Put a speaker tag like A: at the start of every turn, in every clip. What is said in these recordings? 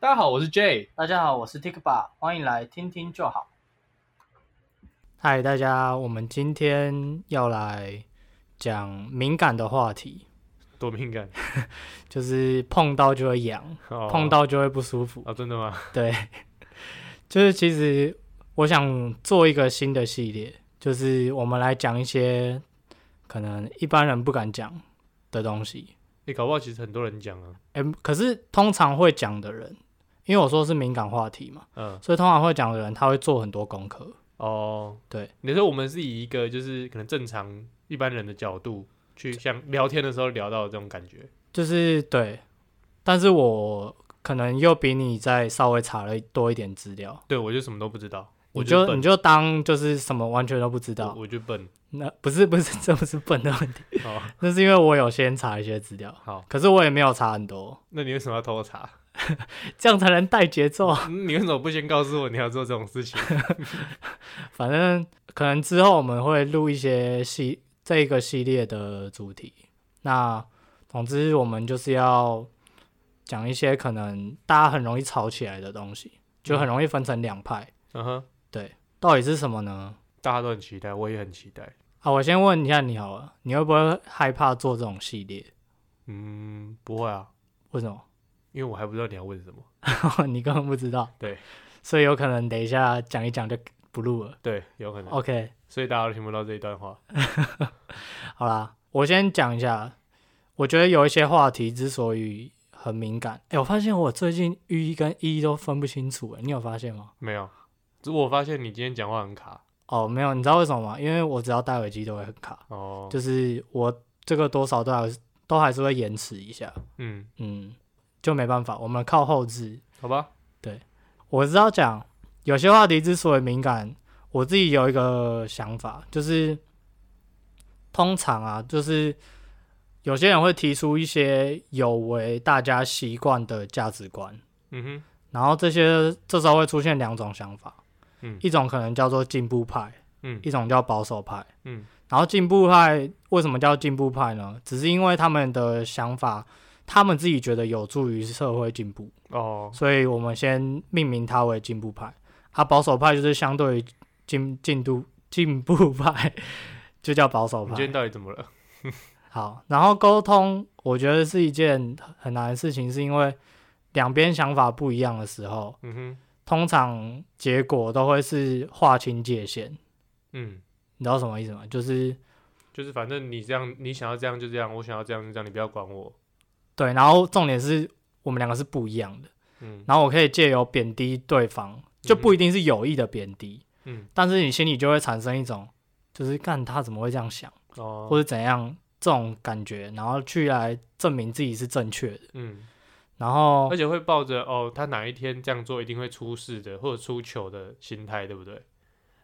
A: 大家好，我是 J。
B: 大家好，我是 Tikba，欢迎来听听就好。
C: 嗨，大家，我们今天要来讲敏感的话题，
A: 多敏感，
C: 就是碰到就会痒，
A: 哦
C: 碰到就会不舒服。
A: 啊，真的吗？
C: 对，就是其实我想做一个新的系列，就是我们来讲一些可能一般人不敢讲的东西。
A: 你、欸搞不好其实很多人讲啊，
C: 诶，可是通常会讲的人，因为我说是敏感话题嘛，
A: 嗯，
C: 所以通常会讲的人他会做很多功课。
A: 哦，
C: 对，
A: 你说我们是以一个就是可能正常一般人的角度去像聊天的时候聊到的这种感觉，
C: 就是对，但是我可能又比你再稍微查了多一点资料，
A: 对我就什么都不知道，我
C: 你就
A: 笨
C: 你，就当就是什么完全都不知
A: 我
C: 道。
A: 我就笨，
C: 那不是不是， 这不是笨的问题，
A: 哦，
C: 那是因为我有先查一些资料，
A: 好，
C: 可是我也没有查很多，
A: 那你为什么要偷查？
C: 这样才能带节奏啊。
A: 嗯你为什么不先告诉我你要做这种事 情？
C: 反正可能之后我们会录一些系这一个系列的主题。那总之我们就是要讲一些可能大家很容易吵起来的东西，就很容易分成两派。
A: 嗯哼，
C: 到底是什么呢？
A: 大家都很期待，我也很期待，
C: 好，我先问一下你好了，你会不会害怕做这种系列？
A: 嗯，不会啊，
C: 为什么？
A: 因为我还不知道你要问什么，
C: 你根本不知道。
A: 对，
C: 所以有可能等一下讲一讲就不录了。
A: 对，有可能，
C: OK，
A: 所以大家都听不到这一段话，
C: 好啦，我先讲一下，我觉得有一些话题之所以很敏感，哎、我发现我最近 U 跟 E 都分不清楚，哎，你有发现吗？
A: 没有，只我发现你今天讲话很卡，
C: 哦，没有，你知道为什么吗？因为我只要戴耳机都会很卡，
A: 哦，
C: 就是我这个多少都还是都还是会延迟一下，
A: 嗯，
C: 嗯，就没办法，我们靠后置，
A: 好吧，
C: 我知道讲有些话题之所以敏感，我自己有一个想法，就是通常啊，就是有些人会提出一些有违大家习惯的价值观，
A: 嗯哼。
C: 然后这些这时候会出现两种想法，
A: 嗯
C: 一种可能叫做进步派，
A: 嗯
C: 一种叫保守派，
A: 嗯
C: 然后进步派为什么叫进步派呢？只是因为他们的想法，他们自己觉得有助于社会进步，
A: 哦，
C: 所以我们先命名它为进步派。啊，保守派就是相对于进进度进步派，就叫保守
A: 你今天
C: 派。
A: 到底怎么了？
C: 好，然后沟通，我觉得是一件很难的事情，是因为两边想法不一样的时候，
A: 嗯哼，
C: 通常结果都会是划清界限。
A: 嗯，
C: 你知道什么意思吗？就是
A: 就是反正你这样，你想要这样就这样，我想要这样就这样，你不要管我。
C: 对，然后重点是我们两个是不一样的，
A: 嗯
C: 然后我可以借由贬低对方，就不一定是有意的贬低，
A: 嗯，
C: 但是你心里就会产生一种，就是干他怎么会这样想，或
A: 哦，
C: 者怎样这种感觉，然后去来证明自己是正确的。
A: 嗯，
C: 然后
A: 而且会抱着哦，他哪一天这样做一定会出事的，或者出糗的心态，对不对？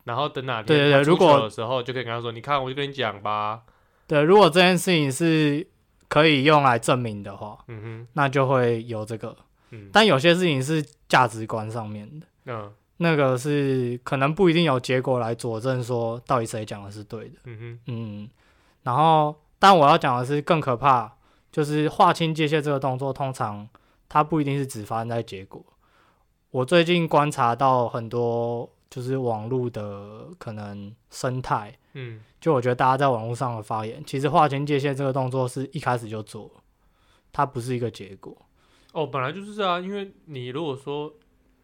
A: 然后等哪天
C: 对对对
A: 他出
C: 如果
A: 糗的时候，就可以跟他说：“你看，我就跟你讲吧。
C: 对，如果这件事情是可以用来证明的话，”
A: 嗯哼，
C: 那就会有这个。
A: 嗯
C: 但有些事情是价值观上面的，
A: 嗯
C: 那个是可能不一定有结果来佐证说到底谁讲的是对的。
A: 嗯哼，
C: 嗯，然后但我要讲的是更可怕，就是划清界限这个动作，通常它不一定是只发生在结果。我最近观察到很多就是网络的可能生态，
A: 嗯，
C: 就我觉得大家在网络上的发言，其实划清界限这个动作是一开始就做，它不是一个结果。
A: 哦，本来就是啊，因为你如果说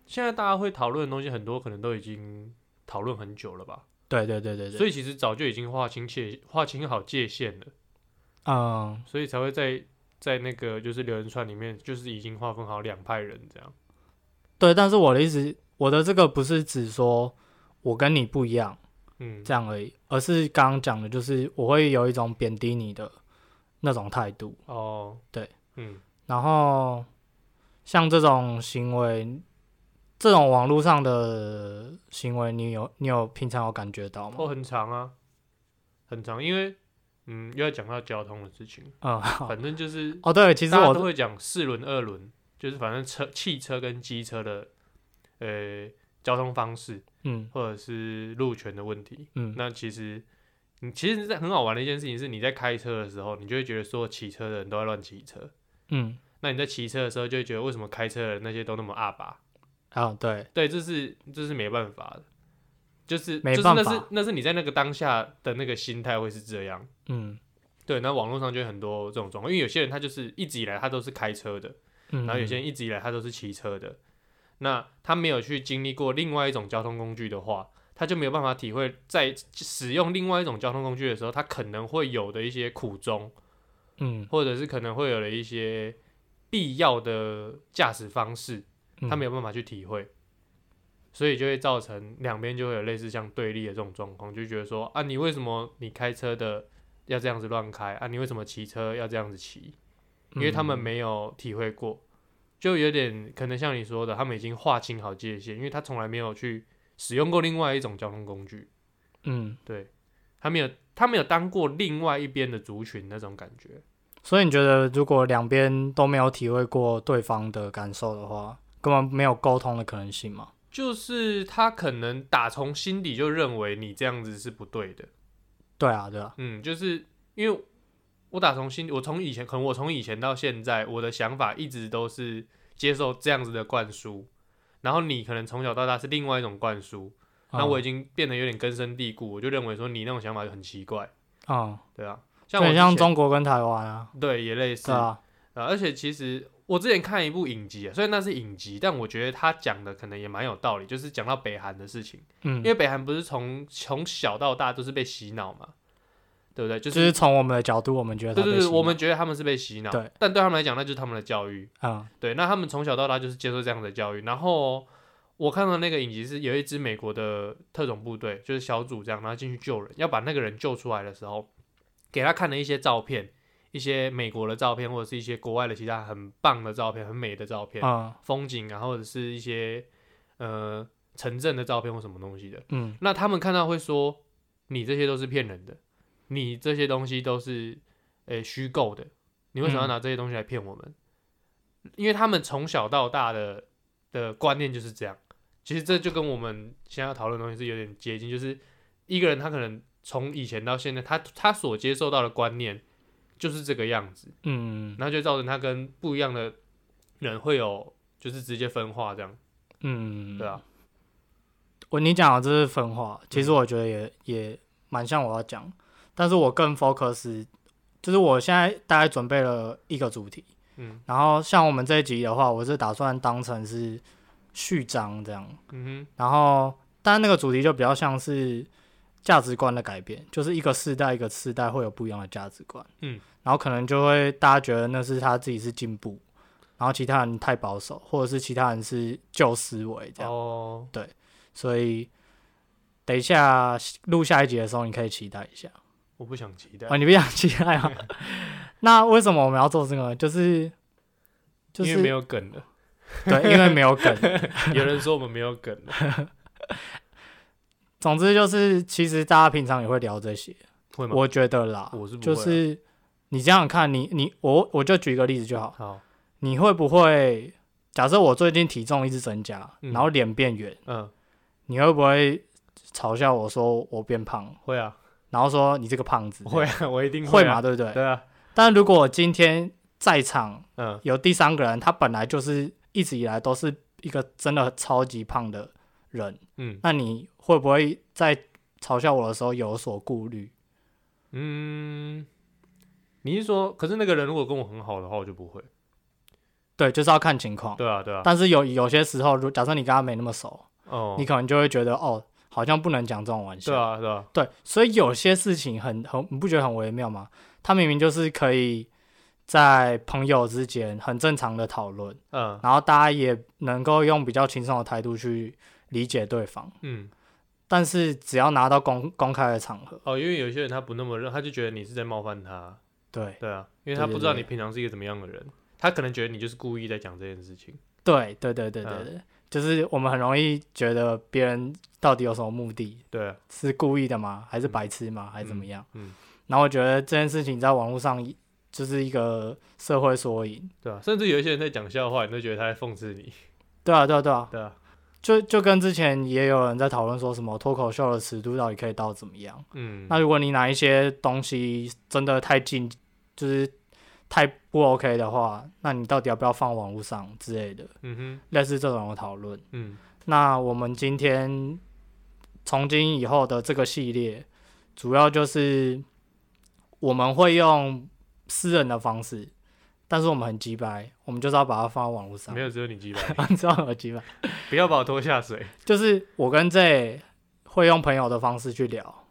A: 现在大家会讨论的东西，很多可能都已经讨论很久了吧？
C: 对对对对对，
A: 所
C: 以
A: 以其实早就已经划清界划清好界限了，
C: 嗯，
A: 所以才会在在那个就是留言串里面，就是已经划分好两派人这样。
C: 对，但是我的意思，我的这个不是指说我跟你不一样。
A: 嗯，
C: 这样而已，而是刚刚讲的，就是我会有一种贬低你的那种态度，
A: 哦，
C: 对，
A: 嗯
C: 然后像这种行为，这种网络上的行为，你有你有平常有感觉到
A: 哦，
C: 吗？
A: 很长啊，很长，因为嗯又要讲到交通的事情，
C: 嗯，好
A: 反正就是
C: 哦，对，其实
A: 大家都
C: 我
A: 会讲四轮、二轮，就是反正车、汽车跟机车的呃交通方式
C: 嗯
A: 或者是路权的问题。
C: 嗯
A: 那其实，你其实是很好玩的一件事情是，你在开车的时候，你就会觉得所有骑车的人都在乱骑车。
C: 嗯
A: 那你在骑车的时候就会觉得为什么开车的人那些都那么阿吧？
C: 啊，对，
A: 对，这是这是没办法的，就是
C: 没
A: 就是
C: 办
A: 那
C: 法
A: 是那是你在那个当下的那个心态会是这样。
C: 嗯
A: 对，那网络上就有很多这种状况，因为有些人他就是一直以来他都是开车的，
C: 嗯，
A: 然后有些人一直以来他都是骑车的，那他没有去经历过另外一种交通工具的话，他就没有办法体会在使用另外一种交通工具的时候，他可能会有的一些苦衷，
C: 嗯，
A: 或者是可能会有的一些必要的驾驶方式，
C: 嗯
A: 他没有办法去体会，所以就会造成两边就会有类似像对立的这种状况，就觉得说啊，你为什么你开车的要这样子乱开啊？你为什么骑车要这样子骑？因为他
C: 嗯
A: 们没有体会过，就有点可能像你说的，他们已经划清好界限，因为他从来没有去使用过另外一种交通工具，
C: 嗯，
A: 对他没有他没有当过另外一边的族群那种感觉，
C: 所以你觉得如果两边都没有体会过对方的感受的话，根本没有沟通的可能性嘛？
A: 就是他可能打从心底就认为你这样子是不对的。
C: 对啊，对啊，
A: 嗯，就是因为我打从心，我从以前，可能我从以前到现在，我的想法一直都是接受这样子的灌输，然后你可能从小到大是另外一种灌输，那我已
C: 嗯
A: 经变得有点根深蒂固，我就认为说你那种想法就很奇怪，
C: 嗯，
A: 对啊，
C: 就
A: 像我
C: 很
A: 之
C: 像
A: 前
C: 中国跟台湾啊，
A: 对也类似
C: 对啊，
A: 啊，而且其实我之前看一部影集、啊，虽然那是影集，但我觉得他讲的可能也蛮有道理，就是讲到北韩的事情，因
C: 嗯，
A: 为北韩不是从从小到大都是被洗脑嘛，对不对？就
C: 就是是从我们的角度，我们觉得他
A: 对对
C: 被
A: 对，
C: 洗脑
A: 我们觉得他们是被洗脑，
C: 对，
A: 但对他们来讲，那就是他们的教育，
C: 嗯
A: 对，那他们从小到大就是接受这样的教育。然后我看到那个影集是有一支美国的特种部队，就是小组这样，然后进去救人，要把那个人救出来的时候，给他看了一些照片，一些美国的照片，或者是一些国外的其他很棒的照片、很美的照片，
C: 嗯
A: 风景啊，或者是一些呃城镇的照片或什么东西的。
C: 嗯
A: 那他们看到会说，你这些都是骗人的，你这些东西都是呃虚构的，你为什么要
C: 嗯
A: 拿这些东西来骗我们？因为他们从小到大的的观念就是这样。其实这就跟我们现在要讨论的东西是有点接近，就是一个人他可能从以前到现在，他他所接受到的观念就是这个样子，
C: 嗯
A: 然后就造成他跟不一样的人会有就是直接分化这样，
C: 嗯，
A: 对啊，嗯
C: 我你讲的这是分化，其实我觉得也、也蛮像我要讲，但是我更 focus，就是我现在大概准备了一个主题，
A: 嗯
C: 然后像我们这一集的话，我是打算当成是序章这样，
A: 嗯
C: 然后但那个主题就比较像是价值观的改变，就是一个世代一个世代会有不一样的价值观，
A: 嗯，
C: 然后可能就会大家觉得那是他自己是进步，然后其他人太保守，或者是其他人是旧思维
A: 哼，
C: 这样。
A: 哦，
C: 所以等一下录下一集的时候，你可以期待一下
A: 我不想期待
C: 啊、哦！你不想期待啊？ 那为什么我们要做这个呢？就是就
A: 因
C: 是
A: 为没有梗了。
C: 对，因为没有梗。
A: 有人说我们没有梗了，
C: 总之就是，其实大家平常也会聊这些，
A: 会吗？
C: 我觉得啦，
A: 我是不会
C: 就
A: 啊
C: 是你想想看，你你我我就举一个例子就好，
A: 好，
C: 你会不会？假设我最近体重一直增加，
A: 嗯
C: 然后脸变圆，
A: 嗯，
C: 你会不会嘲笑我说我变胖，
A: 会 啊，
C: 然后说你这个胖子？
A: 会啊，我一定
C: 会嘛，
A: 啊，
C: 对不对？
A: 对啊，
C: 但如果今天在场
A: 嗯，
C: 有第三个人，他本来就是一直以来都是一个真的超级胖的人，
A: 嗯
C: 那你会不会在嘲笑我的时候有所顾虑？
A: 嗯，你是说，可是那个人如果跟我很好的话，我就不会。
C: 对，就是要看情况。
A: 对啊，对啊，
C: 但是有有些时候，如假设你跟他没那么熟，
A: 哦
C: 你，可能就会觉得哦，好像不能讲这种玩笑。
A: 对啊，对啊，
C: 对，所以有些事情很很，你不觉得很微妙吗？他明明就是可以在朋友之间很正常的讨论，
A: 嗯
C: 然后大家也能够用比较轻松的态度去理解对方。
A: 嗯，
C: 但是只要拿到公公开的场合，
A: 哦，因为有些人他不那么认，他就觉得你是在冒犯他。
C: 对
A: 对啊，因为
C: 对
A: 他
C: 对
A: 不知道
C: 对
A: 你平常是一个怎么样的人，他可能觉得你就是故意在讲这件事情。
C: 对对对对对
A: 嗯
C: 对，就是我们很容易觉得别人到底有什么目的，
A: 对啊，
C: 是故意的吗？还是白痴吗？还是怎么样？
A: 嗯嗯
C: 然后我觉得这件事情在网络上就是一个社会缩影。
A: 对啊，甚至有一些人在讲笑话，你都觉得他在讽刺你。
C: 对啊，对啊，对啊，
A: 对啊，
C: 就就跟之前也有人在讨论说什么脱口秀的尺度到底可以到怎么样？
A: 嗯，
C: 那如果你拿一些东西真的太近，就是太不 OK 的话，那你到底要不要放网络上之类的，
A: 嗯
C: 类似这种的讨论。
A: 哼，嗯
C: 那我们今天从今以后的这个系列，主要就是我们会用私人的方式，但是我们很鸡掰，我们就是要把它放到网络上
A: 没，有只有你鸡巴，
C: 你知道很鸡掰，
A: 不要把我拖下水。
C: 就是我跟 J 会用朋友的方式去聊，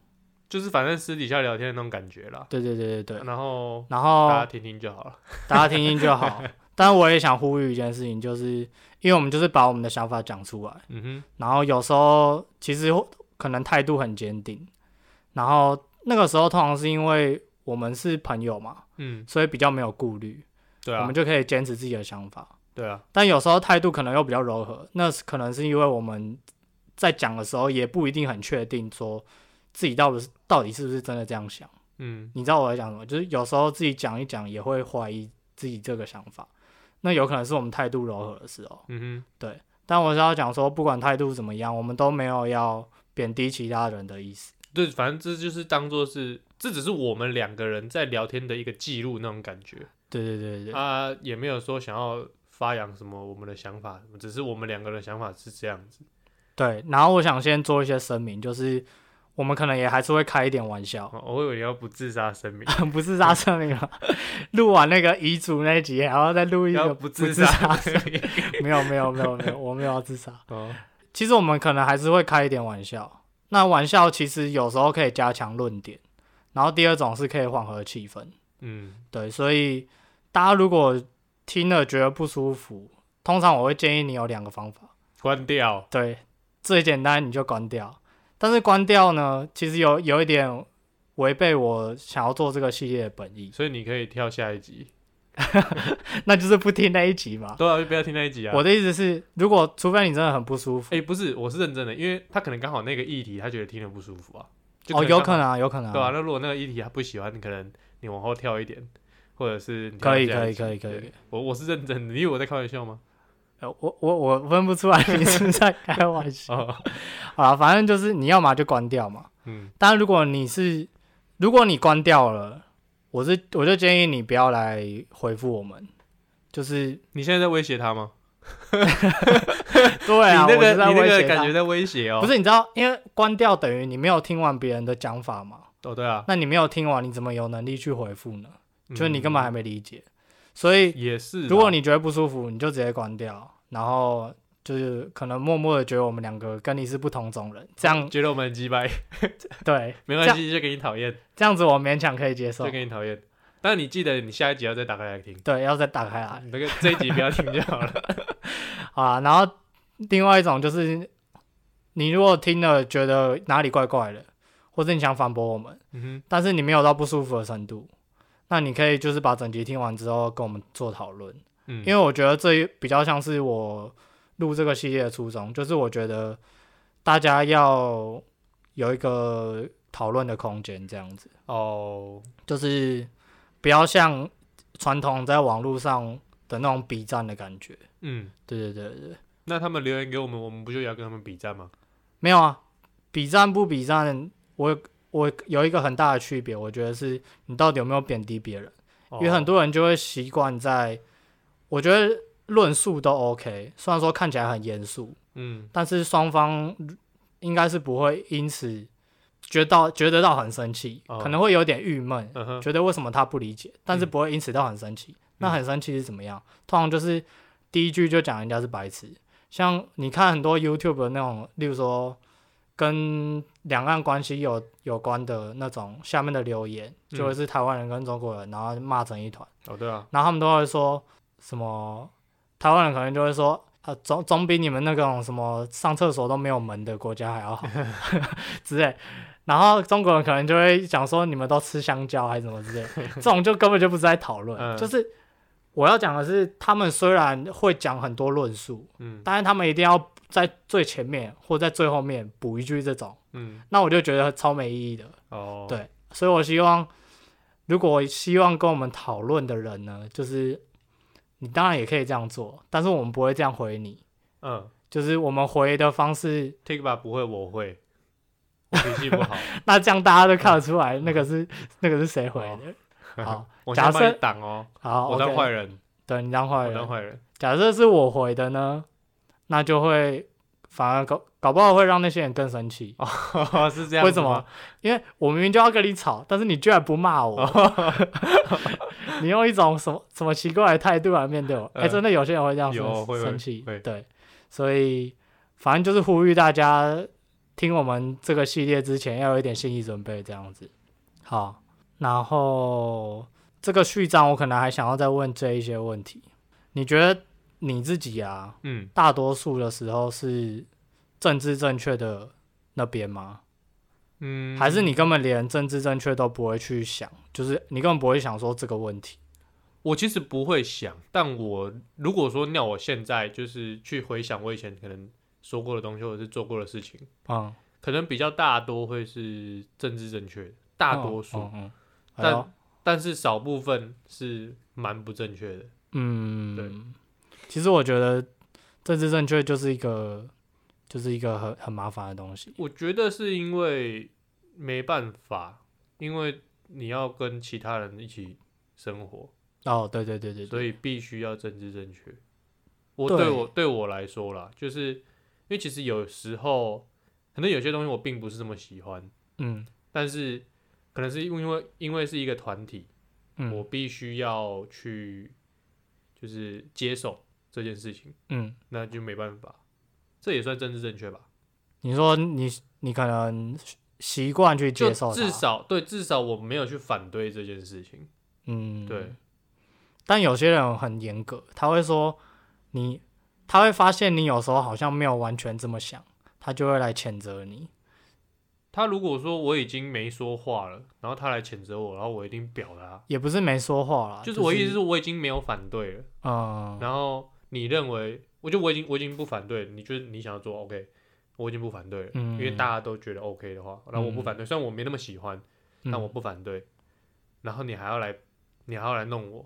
A: 就是反正私底下聊天的那种感觉啦，
C: 对对对对对，
A: 然后
C: 然
A: 大家
C: 后
A: 听听就好了。
C: 大家听听 就好。但我也想呼吁一件事情，就是因为我们就是把我们的想法讲出来。
A: 嗯
C: 然后有时候其实可能态度很坚定，然后那个时候通常是因为我们是朋友嘛
A: 哼，，嗯，
C: 所以比较没有顾虑，
A: 对
C: 我
A: 啊
C: 们，就可以坚持自己的想法。
A: 对啊，
C: 但有时候态度可能又比较柔和，那是可能是因为我们在讲的时候也不一定很确定说自己到底是到底是不是真的这样想。
A: 嗯
C: 你知道我在讲什么？就是有时候自己讲一讲也会怀疑自己这个想法，那有可能是我们态度柔和的时候。
A: 嗯
C: 但我是要讲说，不管态度怎么样，我们都没有要贬低其他人的意思。
A: 哼，对，反正这就是当做是，这只是我们两个人在聊天的一个记录那种感觉
C: 对对对对，
A: 啊，也没有说想要发扬什么我们的想法，只是我们两个人的想法是这样子。
C: 对。然后我想先做一些声明，就是我们可能也还是会开一点玩笑，
A: 哦我以为你要不自杀声 明，
C: 不自杀声明了。 录完那个遗嘱那一集，还要再录一
A: 要
C: 个
A: 不
C: 自
A: 自
C: 杀
A: 杀
C: 声
A: 声明。
C: 明。没有没有没有没有，我没有要自杀。
A: 哦，
C: 其实我们可能还是会开一点玩笑。那玩笑其实有时候可以加强论点，然后第二种是可以缓和气氛。
A: 嗯，
C: 对，所以大家如果听了觉得不舒服，通常我会建议你有两个方法。
A: 关掉。
C: 对，最简单你就关掉。但是关掉呢，其实有有一点违背我想要做这个系列的本意，
A: 所以你可以跳下一集，
C: 那就是不听那一集嘛。
A: 对啊，就不要听那一集啊。
C: 我的意思是，如果除非你真的很不舒服，
A: 哎、不是，我是认真的，因为他可能刚好那个议题，他觉得听了不舒服啊。就
C: 哦，
A: 刚
C: 有
A: 好
C: 可能啊，有可能、
A: 对啊，那如果那个议题他不喜欢，可能你往后跳一点，或者是你
C: 可以
A: 跳下
C: 可以
A: 一集
C: 可以可以。
A: 对我我是认真的，你以为我在开玩笑吗？
C: 呃，我我我分不出来你是不是在开玩 笑
A: 哦，
C: 啊，反正就是你要嘛就关掉嘛。
A: 嗯，
C: 但如果你是，如果你关掉了，我是我就建议你不要来回复我们，就是
A: 你现在在威胁他吗？
C: 对啊，
A: 你那
C: 我是
A: 个
C: 在
A: 你
C: 威
A: 那个
C: 胁他
A: 感觉在威胁哦。
C: 不，是，你知道，因为关掉等于你没有听完别人的讲法嘛。
A: 哦对啊，
C: 那你没有听完，你怎么有能力去回复呢？就是你根本还没理解。所
A: 嗯
C: 以，
A: 也是啦。
C: 如果你觉得不舒服，你就直接关掉，然后就是可能默默的觉得我们两个跟你是不同种人，这样
A: 觉得我们很鸡掰，
C: 对，
A: 没关系，就给你讨厌，
C: 这样子我勉强可以接受
A: 就。给你讨厌。但你记得，你下一集要再打开来听。
C: 对，要再打开来
A: 你这个这一集不要听就好了。
C: 啊。然后另外一种就是，你如果听了觉得哪里怪怪的，或者你想反驳我们，
A: 嗯
C: 但是你没有到不舒服的程度，那你可以就是把整集听完之后跟我们做讨论，
A: 哼，嗯，
C: 因为我觉得这比较像是我录这个系列的初衷，就是我觉得大家要有一个讨论的空间，这样子，
A: 哦，
C: 就是不要像传统在网络上的那种比战的感觉。
A: 嗯，
C: 对对对对，对
A: 那他们留言给我们，我们不就也要跟他们比战吗？
C: 没有啊，比战不比战，我我有一个很大的区别，我觉得是你到底有没有贬低别人。
A: 哦
C: 因为很多人就会习惯在，我觉得论述都 OK，虽然说看起来很严肃，
A: 嗯
C: 但是双方应该是不会因此觉到觉得到很生气，
A: 哦
C: 可能会有点郁闷，
A: 嗯哼，
C: 觉得为什么他不理解，但是不会因此到很生气。那很生气是怎么样？通常就是第一句就讲人家是白痴，像你看很多 YouTube 的那种，例如说跟两岸关系有有关的那种下面的留言，
A: 嗯
C: 就会是台湾人跟中国人，然后骂成一团，
A: 哦对啊，
C: 然后他们都会说什么，台湾人可能就会说。啊，总总比你们那种什么上厕所都没有门的国家还要好 之类，然后中国人可能就会讲说你们都吃香蕉还是什么 之类，这种就根本就不是在讨论，
A: 嗯
C: 就是我要讲的是，他们虽然会讲很多论述，
A: 嗯
C: 但是他们一定要在最前面或在最后面补一句这种，
A: 嗯，
C: 那我就觉得超没意义的。
A: 哦，
C: 对，所以我希望，如果希望跟我们讨论的人呢，就是你当然也可以这样做，但是我们不会这样回你，
A: 嗯
C: 就是我们回的方式，
A: ，Take 吧不会，我会，我脾气不好，
C: 那这样大家都看得出来那个是、那个是谁回的。好
A: 哦我
C: 假
A: 先帮你
C: 设
A: 挡哦，
C: 好，
A: 我当
C: OK，
A: 坏人，
C: 对你当坏
A: 我
C: 人
A: 当。坏人。
C: 假设是我回的呢，那就会反而搞搞不好会让那些人更生气。
A: 哦，是这样。
C: 为什么？？因为我明明就要跟你吵，但是你居然不 骂我， 你用一种什么什么奇怪的态度来面对我。哎、
A: 嗯
C: 真的有些人会这样
A: 有
C: 生
A: 会会
C: 生气
A: 会，
C: 对，所以反正就是呼吁大家听我们这个系列之前要有一点心理准备，这样子。好，然后这个序章我可能还想要再问这一些问题。你觉得你自己啊，
A: 嗯，
C: 大多数的时候是政治正确的那边吗？
A: 嗯，
C: 还是你根本连政治正确都不会去想，就是你根本不会想说这个问题？
A: 我其实不会想，但我如果说要我现在就是去回想我以前可能说过的东西或者是做过的事情，
C: 嗯，
A: 可能比较大多会是政治正确的，大多数，
C: 嗯嗯，嗯哎
A: 但、
C: 呦
A: 但是少部分是蛮不正确的。
C: 嗯，其实我觉得政治正确就是一个，就是一个很很麻烦的东西。
A: 我觉得是因为没办法，因为你要跟其他人一起生活，
C: 哦，对对对对
A: 所
C: 对，
A: 以必须要政治正确。我
C: 对
A: 对我对我来说啦，就是因为其实有时候可能有些东西我并不是这么喜欢，
C: 嗯
A: 但是可能是因为因为是一个团体，我
C: 嗯
A: 必须要去就是接受这件事情，
C: 嗯，
A: 那就没办法。这也算政治正确吧？
C: 你说你你可能习惯去
A: 就
C: 接受它，
A: 至少对，至少我没有去反对这件事情。
C: 嗯，
A: 对。
C: 但有些人很严格，他会说你，他会发现你有时候好像没有完全这么想，他就会来谴责你。
A: 他如果说我已经没说话了，然后他来谴责我，然后我一定表达，
C: 也不是没说话啦，
A: 就是我意思是，我已经没有反对了。
C: 啊嗯，
A: 然后你认为，我就我已经我已经不反对，你觉得你想要做 OK，我已经不反对了，
C: 嗯
A: 因为大家都觉得 OK 的话，然后我不
C: 嗯
A: 反对，虽然我没那么喜欢，但我不反对。然后你还要来，你还要来弄我，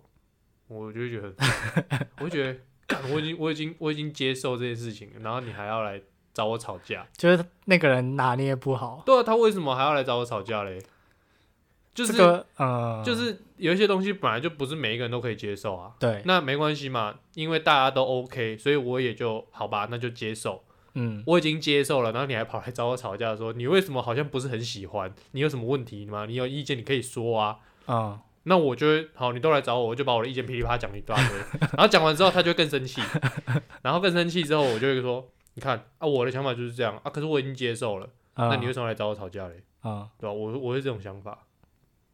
A: 我就会觉得很， 我就觉得，干我已经我已经我已经接受这件事情了，然后你还要来找我吵架，
C: 就是那个人拿捏不好，
A: 对啊，他为什么还要来找我吵架嘞？就是、
C: 这个，嗯，
A: 就是有一些东西本来就不是每一个人都可以接受啊，
C: 对，
A: 那没关系嘛，因为大家都 OK，所以我也就好吧，那就接受。
C: 嗯，
A: 我已经接受了，然后你还跑来找我吵架说你为什么好像不是很喜欢？你有什么问题吗？你有意见你可以说啊。
C: 嗯，
A: 那我就会好，你都来找我，我就把我的意见噼里啪啦讲一大堆， 然后讲完之后他就会更生气，然后更生气之后我就会说，你看啊，我的想法就是这样啊，可是我已经接受了，
C: 那
A: 那你为，什么来找我吵架嘞？
C: 嗯
A: 对吧、我我是这种想法，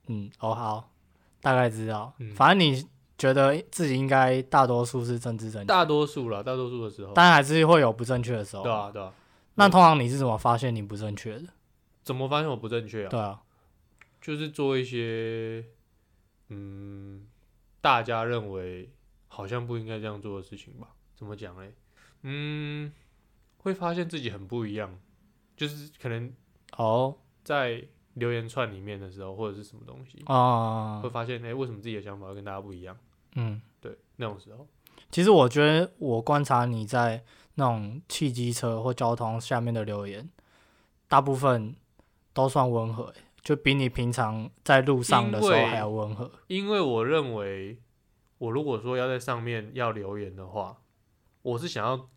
C: 嗯，哦，好，大概知道，
A: 嗯
C: 反正你觉得自己应该大多数是政治正确，
A: 大多数了，大多数的时候，
C: 但还是会有不正确的时候。
A: 对啊，对啊，
C: 那通常你是怎么发现你不正确的？
A: 怎么发现我不正确啊？
C: 对啊，
A: 就是做一些，嗯，大家认为好像不应该这样做的事情吧？怎么讲嘞？嗯，会发现自己很不一样，就是可能
C: 哦，
A: 在留言串里面的时候，或者是什么东西，
C: 啊、
A: 会发现哎、诶为什么自己的想法会跟大家不一样？
C: 嗯，
A: 对，那种时候，
C: 其实我觉得我观察你在那种汽机车或交通下面的留言，大部分都算温和欸，就比你平常在路上的时候
A: 因为
C: 还要温和。
A: 因为我认为，我如果说要在上面要留言的话，我是想要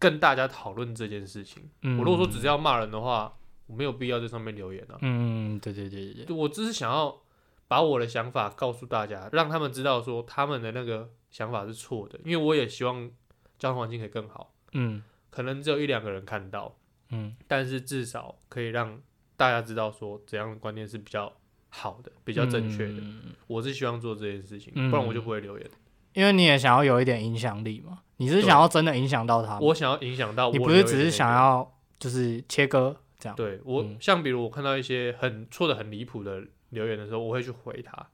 A: 跟大家讨论这件事情。
C: 嗯，
A: 我如果说只是要骂人的话，我没有必要在上面留言啊。
C: 嗯，对对对对对，
A: 就我只是想要把我的想法告诉大家，让他们知道说他们的那个想法是错的，因为我也希望交通环境可以更好。
C: 嗯
A: 可能只有一两个人看到，
C: 嗯
A: 但是至少可以让大家知道说怎样的观念是比较好的、比较正确的。
C: 嗯
A: 我是希望做这件事情，
C: 嗯
A: 不然我就不会留言。
C: 因为你也想要有一点影响力嘛，你是
A: 对
C: 想要真的影响到他们，
A: 我想要影响到我
C: 啊你
A: 留
C: 不
A: 言的那
C: 是
A: 个人，
C: 只是想要就是切割这样。
A: 对我、
C: 嗯
A: 像比如我看到一些很错的很离谱的留言的时候，我会去回他，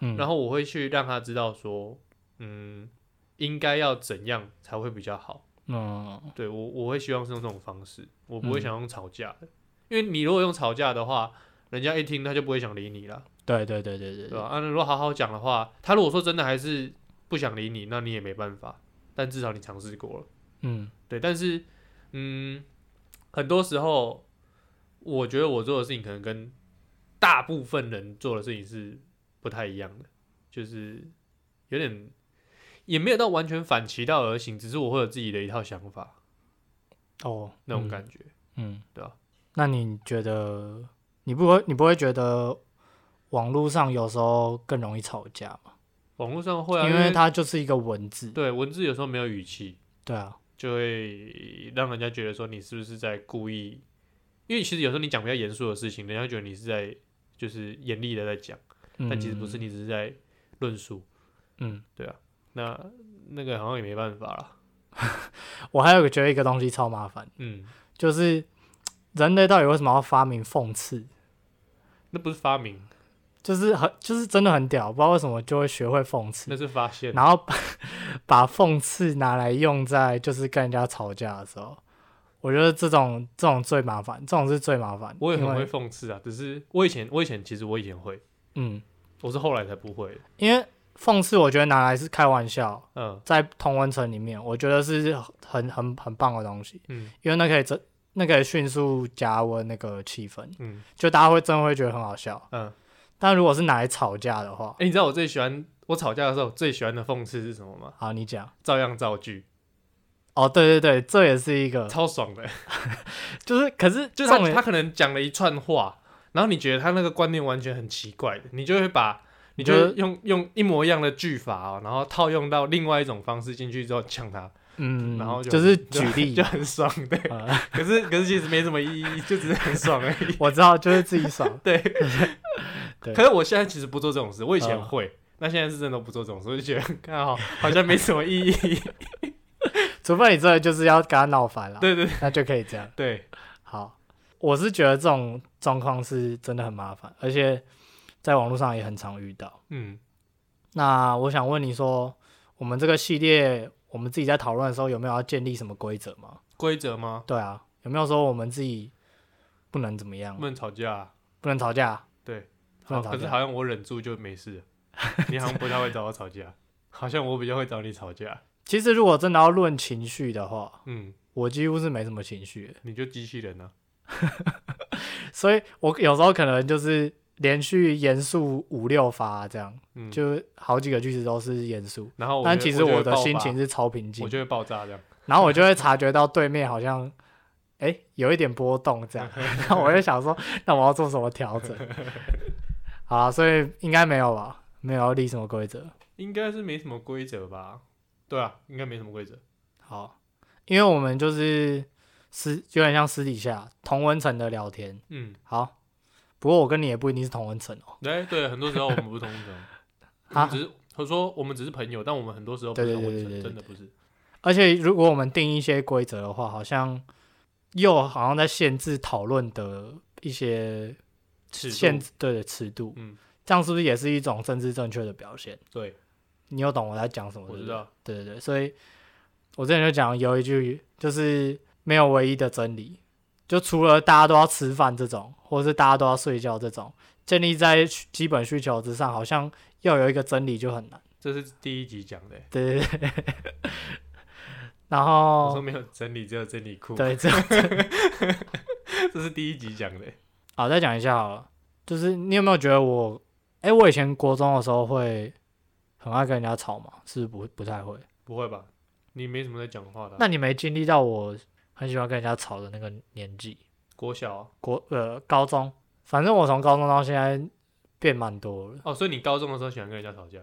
C: 嗯，
A: 然后我会去让他知道说，嗯，应该要怎样才会比较好。
C: 嗯
A: 对我我会希望是用这种方式，我不会
C: 嗯
A: 想用吵架的，因为你如果用吵架的话，人家一听他就不会想理你了。
C: 对对对对对
A: 对吧、啊？那如果好好讲的话，他如果说真的还是不想理你，那你也没办法。但至少你尝试过了，
C: 嗯
A: 对。但是，嗯，很多时候，我觉得我做的事情可能跟大部分人做的事情是不太一样的，就是有点也没有到完全反其道而行，只是我会有自己的一套想法
C: 哦，
A: 那种
C: 嗯
A: 感觉。
C: 嗯，
A: 对啊。
C: 那你觉得你不会你不会觉得网络上有时候更容易吵架吗？
A: 网络上会啊，
C: 因
A: 因
C: 为它就是一个文字，
A: 对文字有时候没有语气，
C: 对啊，
A: 就会让人家觉得说你是不是在故意，因为其实有时候你讲比较严肃的事情，人家觉得你是在就是严厉的在讲，但其实不是，你只是在论述。
C: 嗯，
A: 那那个好像也没办法啦。
C: 我还有觉得一个东西超麻烦，
A: 嗯，
C: 就是人类到底为什么要发明讽刺？
A: 那不是发明，
C: 就是很就是真的很屌，不知道为什么就会学会讽刺。
A: 那是发现。
C: 然后 把把讽刺拿来用在就是跟人家吵架的时候，我觉得这种这种最麻烦，这种是最麻烦。
A: 我也
C: 因
A: 很会
C: 为
A: 讽刺啊，只是我以前我以前其实我以前会，
C: 嗯，
A: 我是后来才不会的。
C: 因为讽刺我觉得拿来是开玩笑，
A: 嗯
C: 在同文层里面，我觉得是很很很棒的东西，
A: 嗯
C: 因为那可以真那可以迅速加温那个气氛，
A: 嗯
C: 就大家会真的会觉得很好笑。
A: 嗯。哎、
C: 但如果是拿来吵架的话，
A: 你知道我最喜欢我吵架的时候最喜欢的讽刺是什么吗？
C: 好，你讲。
A: 照样造句，
C: 哦，对对对，这也是一个，
A: 超爽的。
C: 就是可是
A: 就
C: 这
A: 是他
C: 种
A: 他可能讲了一串话，然后你觉得他那个观念完全很奇怪的，你就会把你就
C: 你就
A: 会用用一模一样的句法哦，然后套用到另外一种方式进去之后呛他，
C: 嗯，
A: 然后就
C: 就是举 例
A: 就，很爽，对。
C: 呃
A: 可是可是其实没什么意义，就只是很爽而 已。。
C: 我知道，就是自己爽
A: 对，
C: 对
A: 可是我现在其实不做这种事，我以前
C: 嗯
A: 会，那现在是真的不做这种事，我就觉得看好好像没什么意义。
C: 除非你真的就是要跟他闹翻了，
A: 对对对
C: 那就可以这样。
A: 对，
C: 好，我是觉得这种状况是真的很麻烦，而且在网络上也很常遇到。
A: 嗯
C: 那我想问你说，我们这个系列，我们自己在讨论的时候，有没有要建立什么规则吗？
A: 规则吗？
C: 对啊，有没有说我们自己不能怎么样
A: 不，能吵架啊、
C: 不能吵架？
A: 对，
C: 不能
A: 好
C: 吵
A: 可是
C: 架
A: 好像我忍住就没事 了，你好像不太会找我吵架，好像我比较会找你吵架。
C: 其实如果真的要论情绪的话，
A: 嗯，
C: 我几乎是没什么情绪 的，
A: 你就机器人啊。
C: 所以我有时候可能就是连续严肃五六发这样。
A: 嗯，
C: 就好几个句子都是严肃，
A: 然后我就，
C: 但其实
A: 我
C: 我
A: 就
C: 的
A: 会
C: 心
A: 爆发
C: 情，是超平
A: 我
C: 静，
A: 就会爆炸这样。
C: 然后我就会察觉到对面好像哎、诶有一点波动这样，然后我就想说，那我要做什么调整？好啊，所以应该没有吧？没有要立什么规则？
A: 应该是没什么规则吧？对啊，应该没什么规则。
C: 好，因为我们就是私，有点像私底下同温层的聊天。
A: 嗯，
C: 好，不过我跟你也不一定是同温层哦。
A: 对对，很多时候我们不是同温 层，我
C: 啊
A: 们只是我说我们只是朋友，但我们很多时候不
C: 对
A: 是
C: 对
A: 同温
C: 对
A: 层，
C: 对对
A: 真的不是。
C: 而且如果我们定一些规则的话，好像又好像在限制讨论的一些
A: 尺度
C: 限制对的尺度，
A: 嗯，
C: 这样是不是也是一种政治正确的表现？
A: 对，
C: 你有懂我在讲什么？
A: 我
C: 对
A: 知
C: 不对，
A: 道。
C: 对对对，所以我之前就讲有一句就是没有唯一的真理，就除了大家都要吃饭这种，或是大家都要睡觉这种，建立在基本需求之上，好像要有一个真理就很难。
A: 这是第一集讲的欸，
C: 对对对。 然
A: 我说嗯
C: 后
A: 没有整理，只有整理库。
C: 哦对，这
A: 这是第一集讲的欸。
C: 好，再讲一下好了，就是你有没有觉得我，哎、我以前国中的时候会很爱跟人家吵嘛，是不是不不太会？
A: 不会吧？你没什么在讲话的啊、
C: 那你没经历到我很喜欢跟人家吵的那个年纪，
A: 国小啊、
C: 国呃高中，反正我从高中到现在变蛮多了，
A: 哦，所以你高中的时候喜欢跟人家吵架？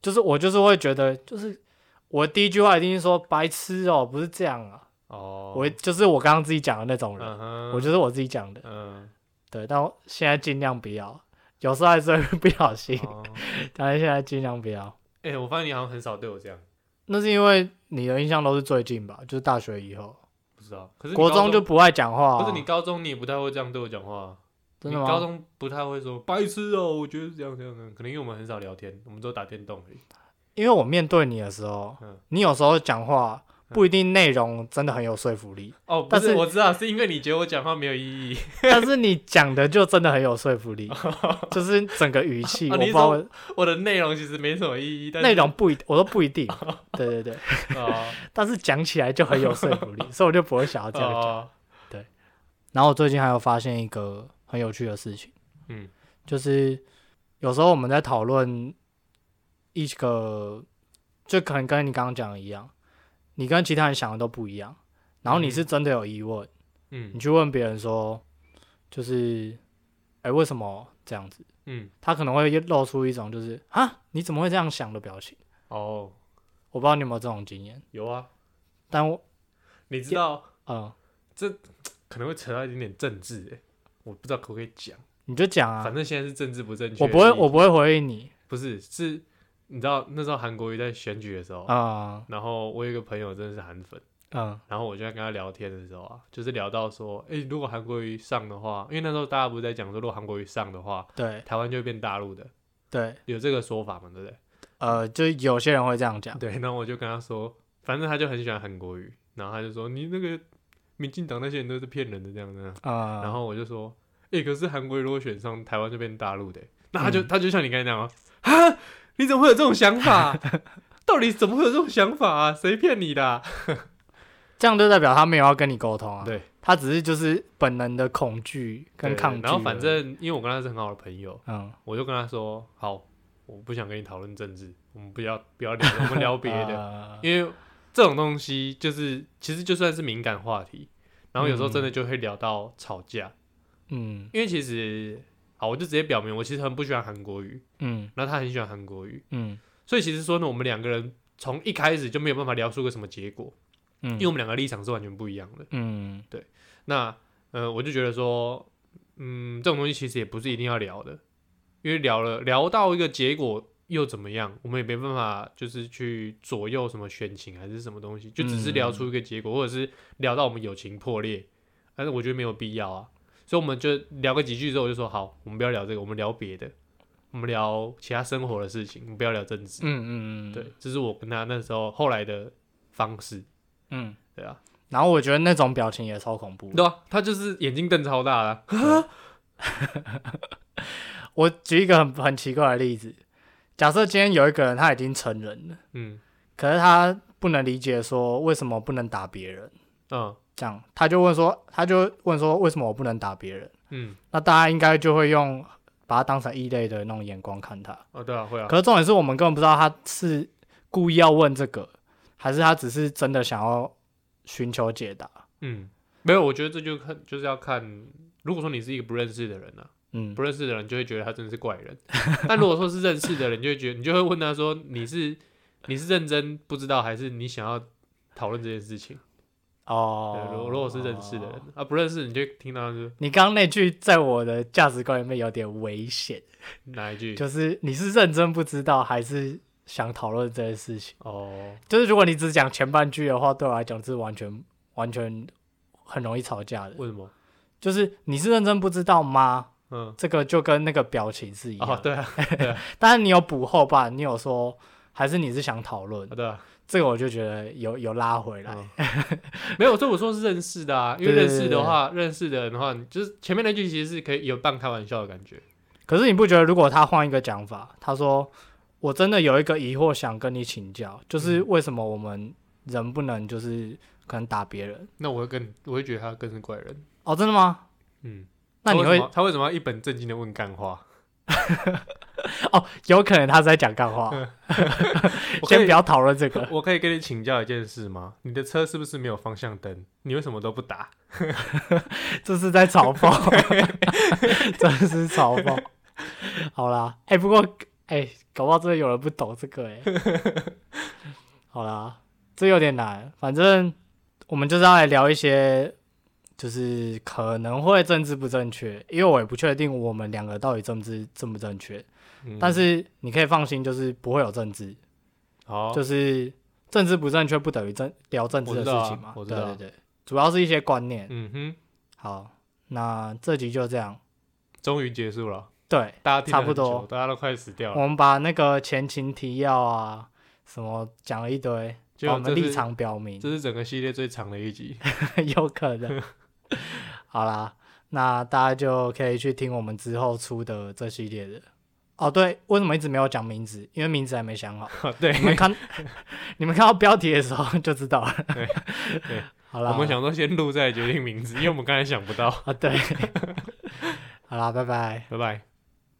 C: 就是我就是会觉得，就是我第一句话一定是说白痴哦、不是这样啊，
A: 哦，
C: 我就是我刚刚自己讲的那种人，
A: 嗯哼，
C: 我就是我自己讲的，
A: 嗯，
C: 对，但我现在尽量不要，有时候还是会不小心，
A: 哦
C: 但是现在尽量不要。
A: 哎、我发现你好像很少对我这样，
C: 那是因为你的印象都是最近吧，就是大学以后，
A: 不知道。可是你
C: 国
A: 高
C: 中
A: 中
C: 就不爱讲话、啊。
A: 不是你高中你也不太会这样对我讲话啊，
C: 真的
A: 你高
C: 吗？
A: 中不太会说白痴哦、我觉得是这样这样这样，可能因为我们很少聊天，我们都打电动而已。
C: 因为我面对你的时候，
A: 嗯
C: 你有时候讲话不一定内容真的很有说服力，
A: 哦，不
C: 但
A: 是，
C: 是
A: 我知道，是因为你觉得我讲话没有意义。
C: 但是你讲的就真的很有说 服力，就是整个语气，
A: 啊
C: 我不
A: 你是
C: 知道
A: 说我的内容其实没什么意义，但是
C: 内容不一，我都不 一定。对对对，
A: 哦
C: 但是讲起来就很有说服力，所以我就不会想要这样讲。
A: 哦，
C: 然后我最近还有发现一个很有趣的事情，
A: 嗯，
C: 就是有时候我们在讨论一个，就可能跟你刚刚讲的一样，你跟其他人想的都不一样，然后你是真的有疑问，你
A: 嗯
C: 去问别人说，就是，哎、为什么这样子？
A: 嗯，
C: 他可能会露出一种就是啊，你怎么会这样想的表情。
A: 哦，
C: 我不知道你有没有这种经验，
A: 有啊，
C: 但我，
A: 你知道
C: 嗯，
A: 可能会扯到一点点政治、欸，我不知道可不可以讲，
C: 你就讲啊
A: 反，正现在是政治不正确。
C: 我不会，我不会回应你
A: 不是是，你知道那时候韩国瑜在选举的时候，
C: 啊，
A: 然后我有一个朋友真的是韩粉，
C: 嗯
A: 然后我就在跟他聊天的时候啊，就是聊到说，诶，如果韩国瑜上的话，因为那时候大家不是在讲说，如果韩国瑜上的话，
C: 嗯，对
A: 台湾就会变大陆的，
C: 对，
A: 有这个说法嘛，对不对？
C: 呃，就有些人会这样讲，
A: 对，然后我就跟他说，反正他就很喜欢韩国瑜，然后他就说你那个民进党那些人都是骗人的这样啊的，
C: 嗯，
A: 然后我就说，诶，可是韩国瑜如果选上，台湾就变大陆的欸，那他就、他就像你刚才那样啊，哈，你怎么会有这种想法？ 到底怎么会有这种想法啊？谁骗你的啊、
C: 这样就代表他没有要跟你沟通啊，
A: 对，
C: 他只是就是本能的恐惧跟
A: 对
C: 抗拒而已，
A: 然后反正因为我跟他是很好的朋友，
C: 嗯，
A: 我就跟他说，好，我不想跟你讨论政治，我们不要不要聊，我们聊别的。
C: 的，
A: 因为这种东西就是其实就算是敏感话题，然后有时候真的就会聊到吵架，
C: 嗯
A: 因为其实好，我就直接表明我其实很不喜欢韩国语，
C: 嗯
A: 然后他很喜欢韩国语，
C: 嗯
A: 所以其实说呢，我们两个人从一开始就没有办法聊出个什么结果，
C: 嗯，
A: 因为我们两个立场是完全不一样的。
C: 嗯
A: 那呃，我就觉得说，嗯，这种东西其实也不是一定要聊的，因为聊了聊到一个结果又怎么样？我们也没办法就是去左右什么选情还是什么东西，就只是聊出一个结果，或者是聊到我们友情破裂，但是我觉得没有必要啊。所以我们就聊个几句之后，我就说好，我们不要聊这个，我们聊别的，我们聊其他生活的事情，我们不要聊政治。
C: 嗯嗯，嗯
A: 对，，这是我跟他那时候后来的方式，
C: 嗯，
A: 对啊。
C: 然后我觉得那种表情也超恐怖的，
A: 对啊，他就是眼睛瞪超大的啊、
C: 我举一个很很奇怪的例子，假设今天有一个人他已经成人了，
A: 嗯
C: 可是他不能理解说为什么不能打别人，
A: 嗯
C: 这样他就问说，他就问说为什么我不能打别人？
A: 嗯，
C: 那大家应该就会用把他当成异类的那种眼光看他。
A: 哦，对啊，会啊，
C: 可是重点是我们根本不知道他是故意要问这个，还是他只是真的想要寻求解答。
A: 嗯，没有，我觉得这就看就是要看，如果说你是一个不认识的人啊，
C: 嗯
A: 不认识的人就会觉得他真的是怪 人，但如果说是认识的人，你就会觉得你就会问他说你是你是认真不知道，还是你想要讨论这件事情？
C: 哦
A: 对，，如果如果是认识的人，啊，不认识你就听到他说
C: 你刚刚那句在我的价值观里面有点危险，
A: 哪一句
C: 就是你是认真不知道，还是想讨论这件事情？
A: 哦，
C: 就是如果你只讲前半句的话，对我来讲是完全完全很容易吵架的。
A: 为什么？
C: 就是你是认真不知道吗？
A: 嗯，
C: 这个就跟那个表情是一样。
A: 哦，对啊，
C: 但是你有补后半，你有说，还是你是想讨论
A: 哦？对啊，
C: 这个我就觉得有有拉回来。
A: 嗯 没有，所以我说是认识的啊，因为
C: 对对
A: 认识
C: 对
A: 的
C: 对
A: 话，认识的人的话，你就是前面那句其实是可以有半开玩笑的感觉，
C: 可是你不觉得，如果他换一个讲法，他说我真的有一个疑惑想跟你请教，
A: 嗯
C: 就是为什么我们人不能就是可能打别人？
A: 那我会更我会觉得他更是怪人。
C: 哦，真的吗？
A: 嗯，
C: 那你
A: 他为
C: 会
A: 什么他为什么要一本正经的问干话？
C: 哦，有可能他是在讲干话，
A: 嗯我可
C: 先不
A: 以
C: 要讨论这个。
A: 我可以跟你请教一件事吗？你的车是不是没有方向灯？你为什么都不打？
C: 这是在嘲讽， 真的是嘲讽。好啦，哎、不过哎、搞不好真的有人不懂这个哎、好啦，这有点难，反正我们就是要来聊一些，就是可能会政治不正确，因为我也不确定我们两个到底政治正不正确，
A: 嗯
C: 但是你可以放心，就是不会有政治，
A: 好，
C: 就是政治不正确不等于政聊政治的
A: 我知道啊
C: 事情嘛，
A: 我知
C: 对
A: 道
C: 对对，主要是一些观念。
A: 嗯哼，
C: 好，那这集就这样。
A: 终于结束了，
C: 对，
A: 大家听了
C: 差不多哦
A: 很久大家都快死掉了。
C: 我们把那个前情提要啊，什么讲了一堆，
A: 结
C: 把
A: 果
C: 我们
A: 这
C: 立
A: 是
C: 场表明
A: 这，是整个系列最长的一集。
C: 有可 能。好啦，那大家就可以去听我们之后出的这系列的。哦，对，为什么一直没有讲名字？因为名字还没 想好。
A: 哦对
C: 你，们看， 你们看到标题的时候就知道了。
A: 对对
C: 好啦，哦
A: 我们想说先录再决定名字，因为我们刚才想不到。
C: 啊，对，好啦，拜拜。
A: 拜拜。